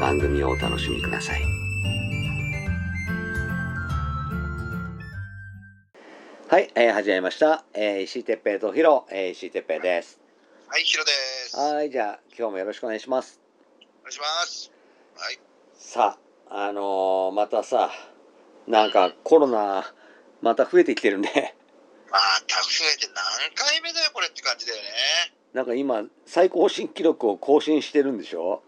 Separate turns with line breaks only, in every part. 番組をお楽しみください。はい、えー始めました。えー石井哲平とヒロ、えー石井哲平です。
はい、ヒロです。お願
はい、じゃあ今日もよろしくお願いします。
いします。はい。
さあ、あのーまたさ、なんかコロナ、また増えてきてるね。
また増えて何回目だよ、これって感じだよね。
なんか今、最高新記録を更新してるんでしょ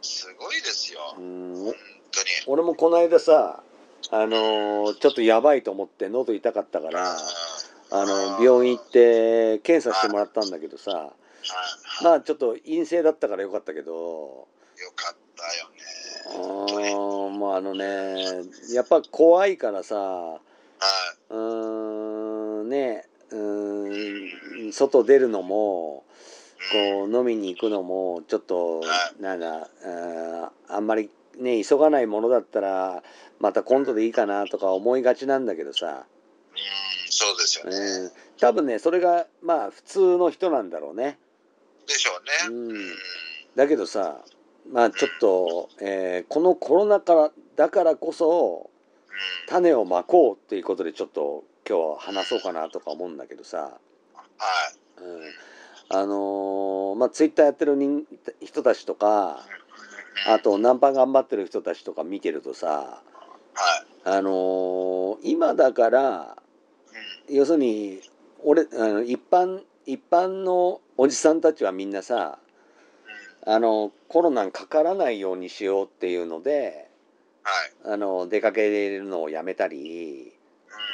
すごいですよ。
う
本
ん
当に。
俺もこの間さあのーちょっとやばいと思って喉痛かったからあの病院行って検査してもらったんだけどさ
はい
まあちょっと陰性だったからよかったけど
よかったよね。
うーんまああのねやっぱ怖いからさ
は
うーんねうーん外出るのも
い。うん
こう飲みに行くのもちょっとなんだあーあんまりね急がないものだったらまた今度でいいかなとか思いがちなんだけどさ、
うん、そうですよ
う
ね。
ん、多分ねそれがまあ普通の人なんだろうね
でしょうね。
うん
うん。
だけどさまあちょっと、えーこのコロナからだからこそ種をまこうっていうことでちょっと今日は話そうかなとか思うんだけどさ、
はい。
うん、あのーまあツイッターやってる人人たちとかあとナンパ頑張ってる人たちとか見てるとさ
はい。
あのー今だから
うん
要するに俺あの一般一般のおじさんたちはみんなさ
うん
あのコロナにかからないようにしようっていうので
はい。
あの出かけるのをやめたり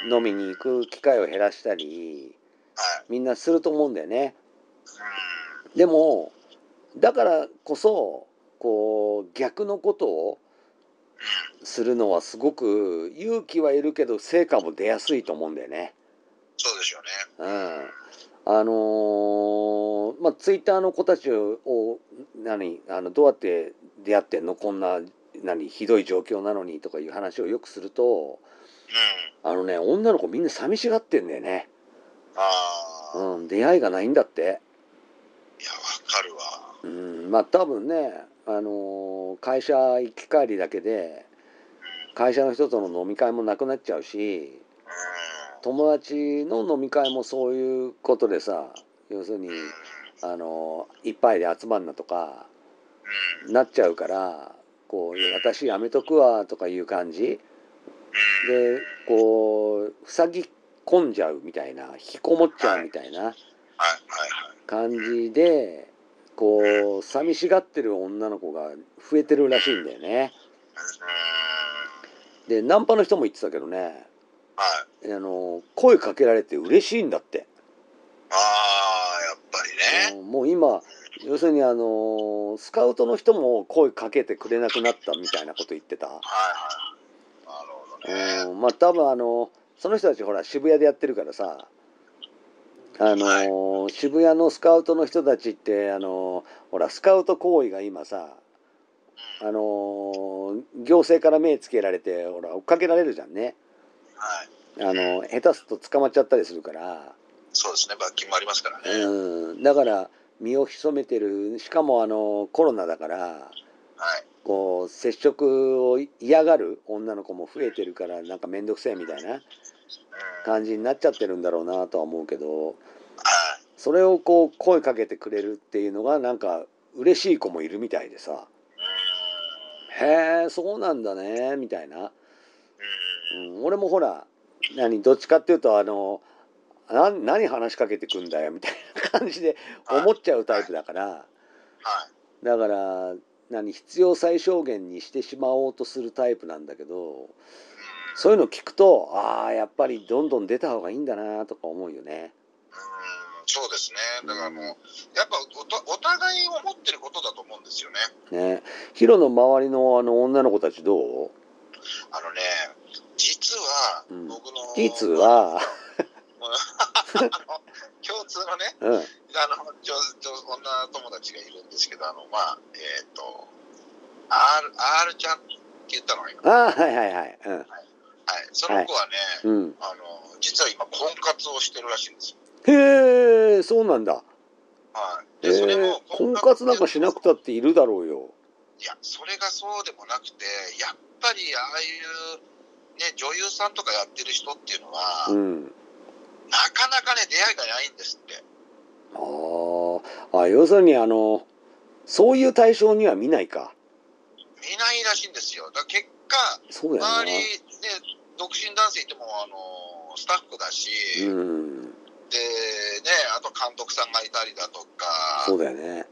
うん
飲みに行く機会を減らしたり
はい。
みんなすると思うんだよね。
うん
でもだからこそこう逆のことをするのはすごく勇気はいるけど成果も出やすいと思うんだよね。
そうですよね。
うん、あのーまあツイッターの子たちを何あのどうやって出会ってんのこんな何ひどい状況なのにとかいう話をよくすると
うん。
あのね女の子みんな寂しがってんだよね。
ああ。
うん、出会いがないんだって。
いや、わかるわ。
うん、まあ多分ね、あのー会社行き帰りだけで会社の人との飲み会もなくなっちゃうし
う
友達の飲み会もそういうことでさ要するに
ん。うん。
あのいっぱいで集まんなとか
うん。
なっちゃうからこう私やめとくわとかいう感じでこう塞ぎ込んじゃうみたいな引きこもっちゃうみたいな
はいはいはい。
感じでこう寂しがってる女の子が増えてるらしいんだよね。
うーん
でナンパの人も言ってたけどね
はい。
あの声かけられて嬉しいんだって。
ああ、やっぱりね。
うんもう今要するにあのスカウトの人も声かけてくれなくなったみたいなこと言ってた、
はいはい。なるほどね。
うん、まあ多分あのその人たちほら渋谷でやってるからさあの渋谷のスカウトの人たちってあのほらスカウト行為が今さあの行政から目つけられてほら追っかけられるじゃんね
はい。
あの下手すると捕まっちゃったりするから
そうですね。罰金もありますからね。はい。
うん、だから身を潜めてるしかもあのコロナだからこう接触を嫌がる女の子も増えてるからなんか面倒くせえみたいな
うん。はい。
感じになっちゃってるんだろうなとは思うけどそれをこう声かけてくれるっていうのがなんか嬉しい子もいるみたいでさ
う
へえそうなんだねみたいな、
う
うん、俺もほら何どっちかっていうとあのな何話しかけてくんだよみたいな感じで
ん。
思っ
はい。
ちゃうタイプだから
はい。
だから何必要最小限にしてしまおうとするタイプなんだけどそういうの聞くとああやっぱりどんどん出た方がいいんだなとか思うよね。
うん、そうですね。だからもう、やっぱおとお互いを持ってることだと思うんですよね。
ねヒロの周りのあの女の子たちど
あのね、実は
うん
僕の、
うキーツは、
共通のね、
うん、
あの女女女友達がいるんですけど、あの、まあ、えっ、と、R, R ちゃんって言ったのがいいかな。
ああはいはいはい
はい。その子はね、
うん、うん、
あの、実は今、婚活をしてるらしいんですよ。
へえそうなんだ
はい。
え
で、それ
ー
も、
婚活なんかしなくたっているだろうよ
いや、それがそうでもなくて、やっぱりああいう、ね、女優さんとかやってる人っていうのは、
うん
なかなかね、出会いがないんですって。
あーあ要するにあのそういう対象には見ないか
見ないらしいんですよ。だから結果、
そうだよ
周
な
り、ね、独身男性いても、あの、スタッフだし、
うん
で、ね、あと監督さんがいたりだとか、
そうだよね
ね、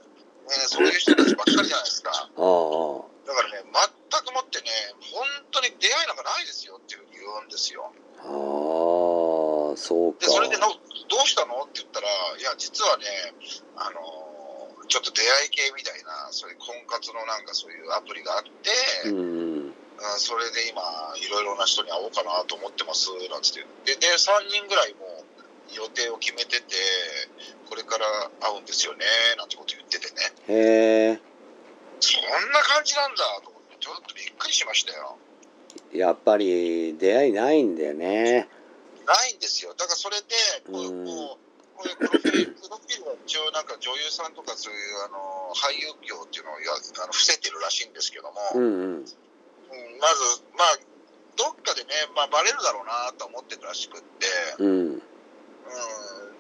そういう人たちばっかりじゃないですか。
ああ
だからね、全くもってね、本当に出会いなんかないですよっていうふうに言うんですよ。
ああそうか
で、それでの、どうしたのって言ったら、いや、実はね、あのーちょっと出会い系みたいな、そういう婚活のなんかそういうアプリがあって、
う
うん
ん
それで今、いろいろな人に会おうかなと思ってます、なんつって。で、で、3人ぐらいもう予定を決めてて、これから会うんですよね、なんてこと言っててね、
へえ
そんな感じなんだと思って、ちょっとびっくりしましたよ。
やっぱり出会いないんだよね
ないんですよ。だからそれで、こ
うん
う、こう、こういうプロフィール、プロフィールは一応なんか女優さんとかそういう、あの、俳優業っていうのをや、あの、伏せてるらしいんですけども、
う
うん
んうん
まず、まあ、どっかでね、まあ、バレるだろうなと思ってるらしくって、
うん
うん、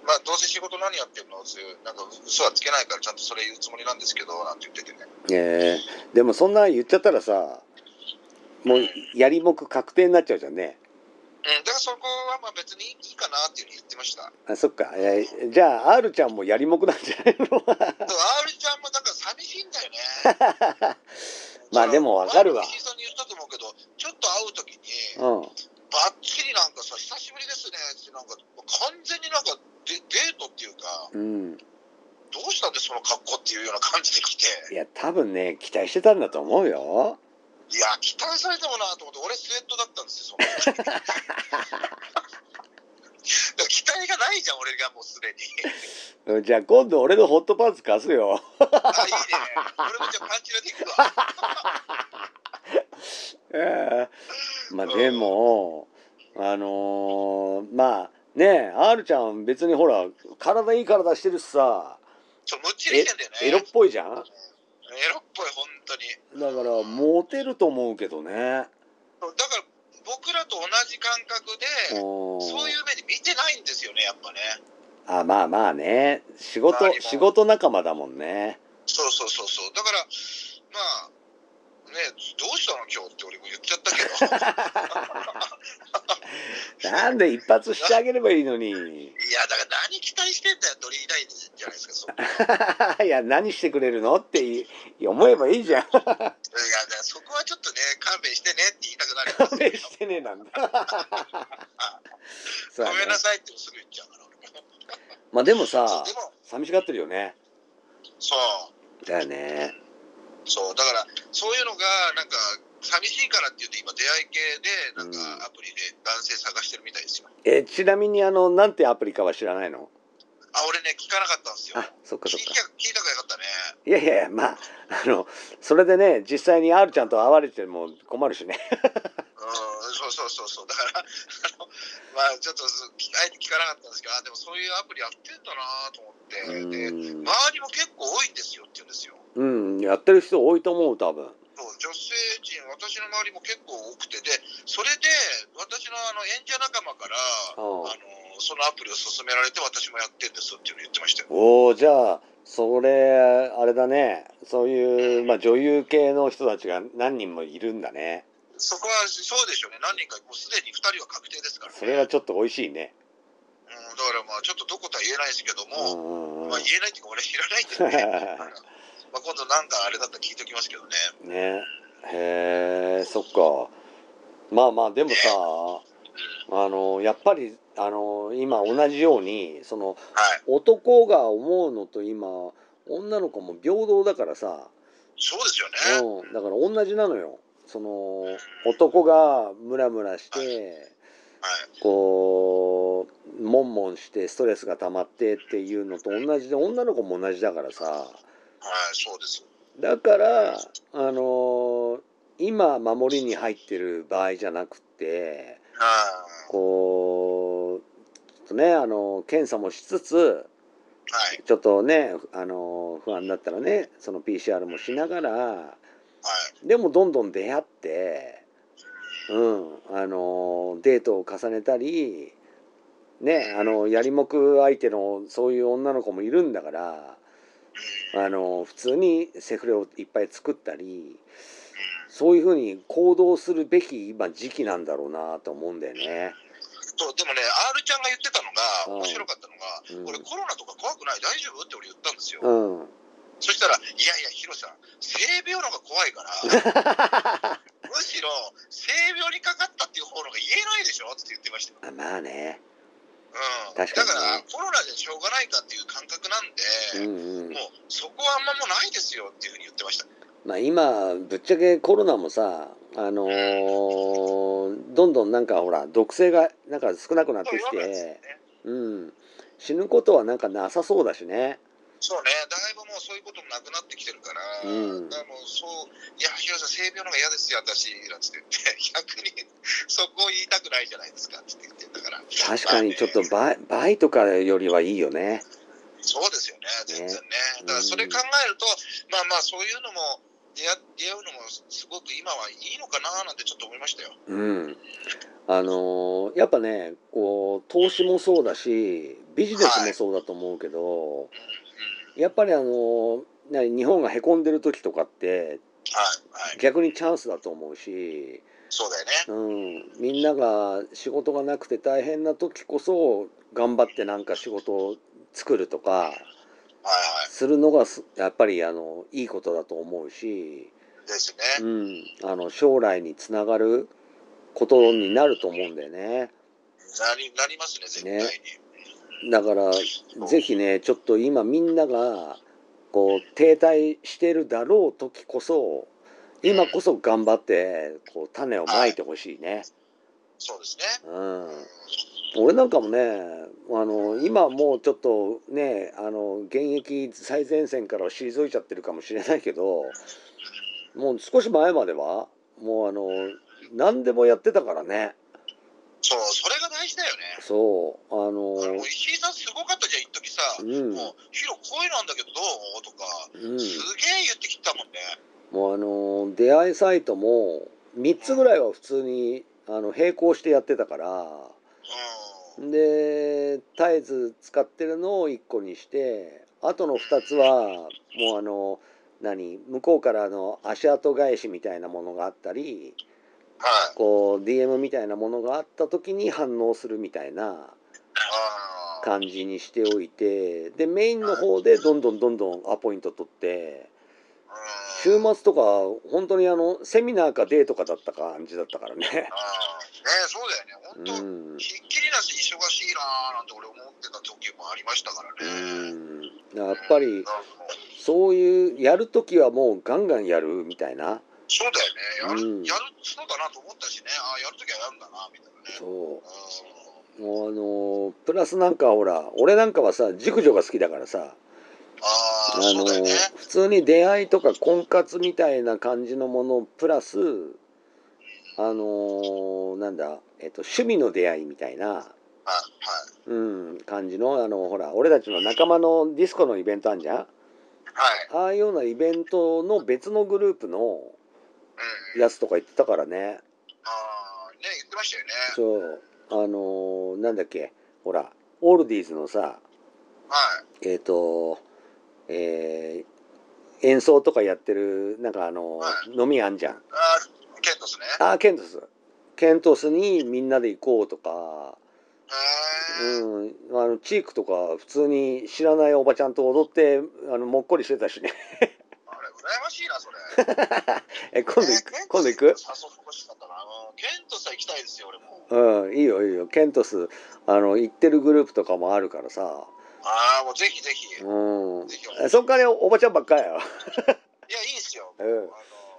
まあ、どうせ仕事何やってるのそういう、なんか嘘はつけないからちゃんとそれ言うつもりなんですけど、なんて言っててね。
えー、でもそんな言っちゃったらさもうやりもく確定になっちゃうじゃんね
うん、だからそこはまあ別にいいかなっていうふうに言ってました。
あそっか、えーじゃあ R ちゃんもやりもくなんじゃないの
でも R ちゃんもだから寂しいんだよね。
まあでもわかるわ
前の石井さんに言ったと思うけど、ちょっと会うときに、
う
ば
ん
っちりなんかさ、久しぶりですねって、なんか、完全になんかデデートっていうか、
うん
どうしたんでその格好っていうような感じで来て、
いや多分ね期待してたんだと思うよ
いや、期待されてもなと思って、俺、スウェットだったんですよ、その時だから 期待がないじゃん、俺がもうすでに。
うんじゃあ今度俺のホットパンツ貸すよ
あ、いいね。俺もじゃあパンチラでいくわ。
えー まあでもあのーまあねえ R ちゃん別にほら体いい体してるしさ
ちょ、むっちりしてんだよね。
エロっぽいじゃんだか
エロっぽい、本当に。
らモテると思うけどね
だから、僕らと同じ感覚で、
うん
そういう目で見てないんですよね、やっぱね。
あまあまあね仕事
周りも
仕事仲間だもんね
そうそうそうそう。だから、まあ、ね、どうしたの今日って俺も言っちゃっ たけど。
なんで一発してあげればいいのに
いや、だから何期待してんだよ、鳥いないじゃないですか、そう。いや、
いや何してくれるのっていい思えばいいじ ゃん
だからそこはちょっとね、勘弁してねって言いたくなるん
勘弁
ですよ
してね えなんだそうだ
ご
ね
めんなさいってすぐ言っちゃうから、俺も。
まあでもさ
でも、
寂しがってるよね
そう。
だよね
そう、だから、そういうのが、なんか、寂しいからって言って、今、出会い系で、なん
うん
か、アプリで男性探してるみたいですよ。
えちなみにあのなんてアプリかは知らないの
あ、俺ね、聞かなかったんですよ。
あそっかそ
聞
っ
い
か
た聞いたからよかったね。
いやいやいやまああのそれでね実際に R ちゃんと会われても困るしね
うん、そうそうそうそう、だから、あのまあ、ちょっとす、あえて聞かなかったんですけど、あ、でもそういうアプリやってんだなと思って、で、
うん
周りも結構多いんですよって言うんですよ。
うんやってる人多いと思う多分
そう女性陣、私の周りも結構多くて、で、それで、私のあの演者仲間から、あ
ああ
の、そのアプリを勧められて、私もやってんですっていうのを言ってましたよ。
おおじゃあそれ、あれだね。そういう、まあ女優系の人たちが何人もいるんだね。
そこはそうでしょうね、何人か、もうすでに2人は確定ですからね。
それはちょっと美味しいね。
うん、だからまあ、ちょっとどことは言えないですけど
う
も、
んうん
ま
う
あ言えないっていうか、俺知らないんですね。 まあ今度なんかあれだったら聞いておきますけどね。
ん。ね。へえ、そっか。まあまあ、でもさ、あの、やっぱり、あの、今同じように、その、
はい。
男が思うのと今、女の子も平等だからさ、
そうですよね。
うん、だから同じなのよ。その、男がムラムラして、
はい。
こうもんもんしてストレスが溜まってっていうのと同じで女の子も同じだからさ
はい、そうです。
だからあのー今守りに入ってる場合じゃなくて
はい。
こうちょっとねあの検査もしつつ
はい。
ちょっとねあの不安だったらねその PCR もしながら
はい。
でもどんどん出会って、うん、あのデートを重ねたり、ね、あのやりもく相手のそういう女の子もいるんだからあの普通にセフレをいっぱい作ったりそういうふうに行動するべき今時期なんだろうなと思うんだよね。
そうでもね、R ちゃんが言ってたの
うん
が、面白かったの
う
が、
ん
俺、コロナとか怖くない、大丈夫って俺言ったんですよ。
うん、
そしたら、いやいや、ヒロさん、性病の方が怖 いから、むしろ性病にかかったっていう方の方が言えないでしょって言ってましたよ。
あまあね、
うん、
確かにね
だから、コロナでしょうがないかっていう感覚なん
うんうん
で、もうそこはあんまもうないですよっていうふうに言ってました。
まあ、今ぶっちゃけコロナもさあのーどんどんなんかほら毒性がなんか少なくなってき
そう世の中ですよ
て
ね。
うん、死ぬことはなんかなさそうだしね。
そうね、だいぶもうそういうこともなくなってきてるから、
うん
だからもうそう、いや、ヒロさん、性病の方が嫌ですよ、私、なんつって言って、逆に そこを言いたくないじゃないですかって言ってんだから、
確かにちょっと倍倍とかよりはいいよね。
そうですよね、全然ね。
ね
だからそれ考えると、まあまあ、そういうのも出会、出会うのもすごく今はいいのかななんてちょっと思いましたよ。
うん。あのーやっぱねこう投資もそうだしビジネスもそうだと思うけど、
うん、
やっぱりあのーな日本がへこんでる時とかって
はい、はい、
逆にチャンスだと思うし、
そうだよね。
うん、みんなが仕事がなくて大変な時こそ頑張ってなんか仕事を作るとか
はいは
するのがすやっぱりあのいいことだと思うし、
い、です
う
ね。
ん、あの将来につながることになると思うんだよね
なりなりますね、絶対に。
ねだからぜひねちょっと今みんながこう停滞してるだろう時こそ今こそ頑張ってこう種をまいてほしいね。
そうですね。
うん
うん
俺なんかもねあの今もうちょっとねあの現役最前線からは退いちゃってるかもしれないけどもう少し前まではもうあの何でもやってたからね
そう、それが大事だよね。
そうあ
あの
の
石井さんすごかったじゃん、一時さ、
うん
もう、ヒロ、声なんだけどどうとか、
うん
すげえ言ってきてたもんね。
もうあの出会いサイトも3つぐらいは普通にあの並行してやってたから
うん。
で絶えず使ってるのを1個にしてあとの2つはもうあの何向こうからの足跡返しみたいなものがあったり
はい。
こう DM みたいなものがあった時に反応するみたいな
ああ。
感じにしておいてでメインの方でどんどんどんどんアポイント取って週
うん。
末とか本当にあのセミナーかデートかだった感じだったからね
あ。あ。ねそうだ
う
よね。本当、
ん
ひっきりなし忙しいなーなんて俺思ってた時もありましたから
う
ね。
んやっぱり
なんかもう
そういうやる時はもうガンガンやるみたいな
そうだよね。やる、
うん
やる、そうだなと思ったしね。ああ、やるときはやるんだな、みたいなね。
そ
うん。
うもうあのープラスなんかほら俺なんかはさ熟女が好きだからさ、
あ
あ
あ、
の
そうだよね。
ー普通に出会いとか婚活みたいな感じのものプラスあのーなんだ、えっと、趣味の出会いみたいな、
はい、はい。
うん、感じのあのほら俺たちの仲間のディスコのイベントあんじゃん
はい。
ああいうようなイベントの別のグループの
うん。
やつとか言ってたからね
ああ、ね、言ってましたよね。
そうあのーなんだっけほらオールディーズのさ
はい。
えっ、とえー演奏とかやってる、なんかあの
は、
飲みあんじゃん。
あーケントスね。
あー、ケントス。ケントスにみんなで行こうとか、
へー
うん、あの、チークとか普通に知らないおばちゃんと踊って、あの、もっこりしてたしね。
あれ、羨ましいな、それ。今
え、 今度行く今度行く
誘ってほしかったな。うんケントスは行きたいですよ、俺も。
うん、いいよいいよ。ケントス、あの、行ってるグループとかもあるからさ。
ああ、もうぜひぜひ。
うん。
ぜひ
えそっからおばちゃんばっかやよ。
いや、いいですよ。
うん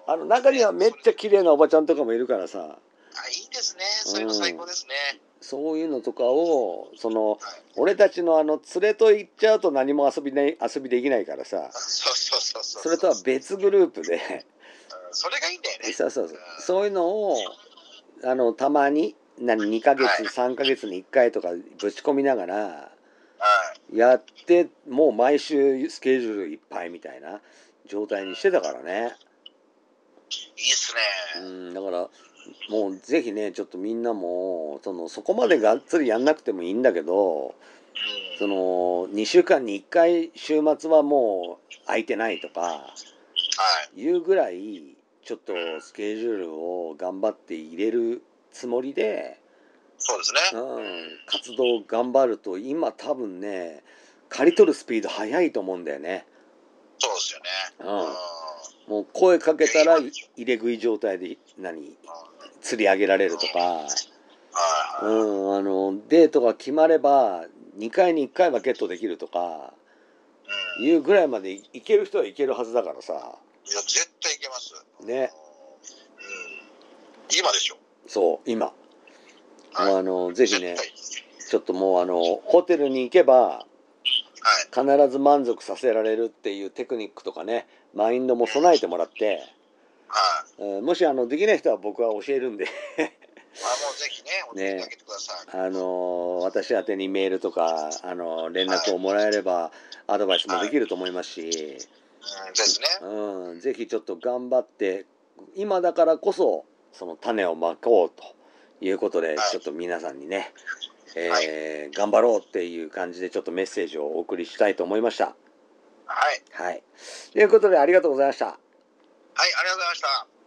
あ
あの、中にはめっちゃ
き
綺麗なおばちゃんとかもいるからさ。
あ、いいですね。そういうの最高ですね。
そういうのとかを、その、
はい。
俺たちのあの、連れと行っちゃうと何も遊びない、遊びできないからさ
あ。そうそうそうそう。
それとは別グループで、
うんそれがいいんだよね。
そうそうそう。そういうのを、あの、たまに、何、2ヶ月、3ヶ月に1回とかぶち込みながら、
はい。
やってもう毎週スケジュールいっぱいみたいな状態にしてたからね、
いいっすね。
うん、だからもうぜひねちょっとみんなもそのそこまでがっつりやんなくてもいいんだけど
うん。
その2週間に1回週末はもう空いてないとか
はい。
いうぐらいちょっとスケジュールを頑張って入れるつもりで、
そうですね。
うん、活動を頑張ると今多分ね刈り取るスピード速いと思うんだよね。
そうですよね。
うん
うん
もう声かけたら入れ食い状態で何釣り上げられるとか、
はい。
う
は
ん、
い
あのデートが決まれば2回に1回はゲットできるとか
うん。
いうぐらいまでいける人はいけるはずだからさ
いや、絶対いけます。
ね。
うん。今でしょ。
そう今、
はい
あのぜひね
絶対
ちょっともうあのホテルに行けば
はい。
必ず満足させられるっていうテクニックとかねマインドも備えてもらって、
はい。
うんもしあのできない人は僕は教えるんで
あ、もうぜひね、お手伝いあげてください。
あのー私宛てにメールとか、あのー連絡をもらえればアドバイスもできると思いますし、
うん、ですね。
うん、ぜひちょっと頑張って今だからこそその種をまこうということで、
はい
ちょっと皆さんにね、えー頑張ろうっていう感じでちょっとメッセージをお送りしたいと思いました。
はい。
はい、ということでありがとうございました。
はい、ありがとうございました。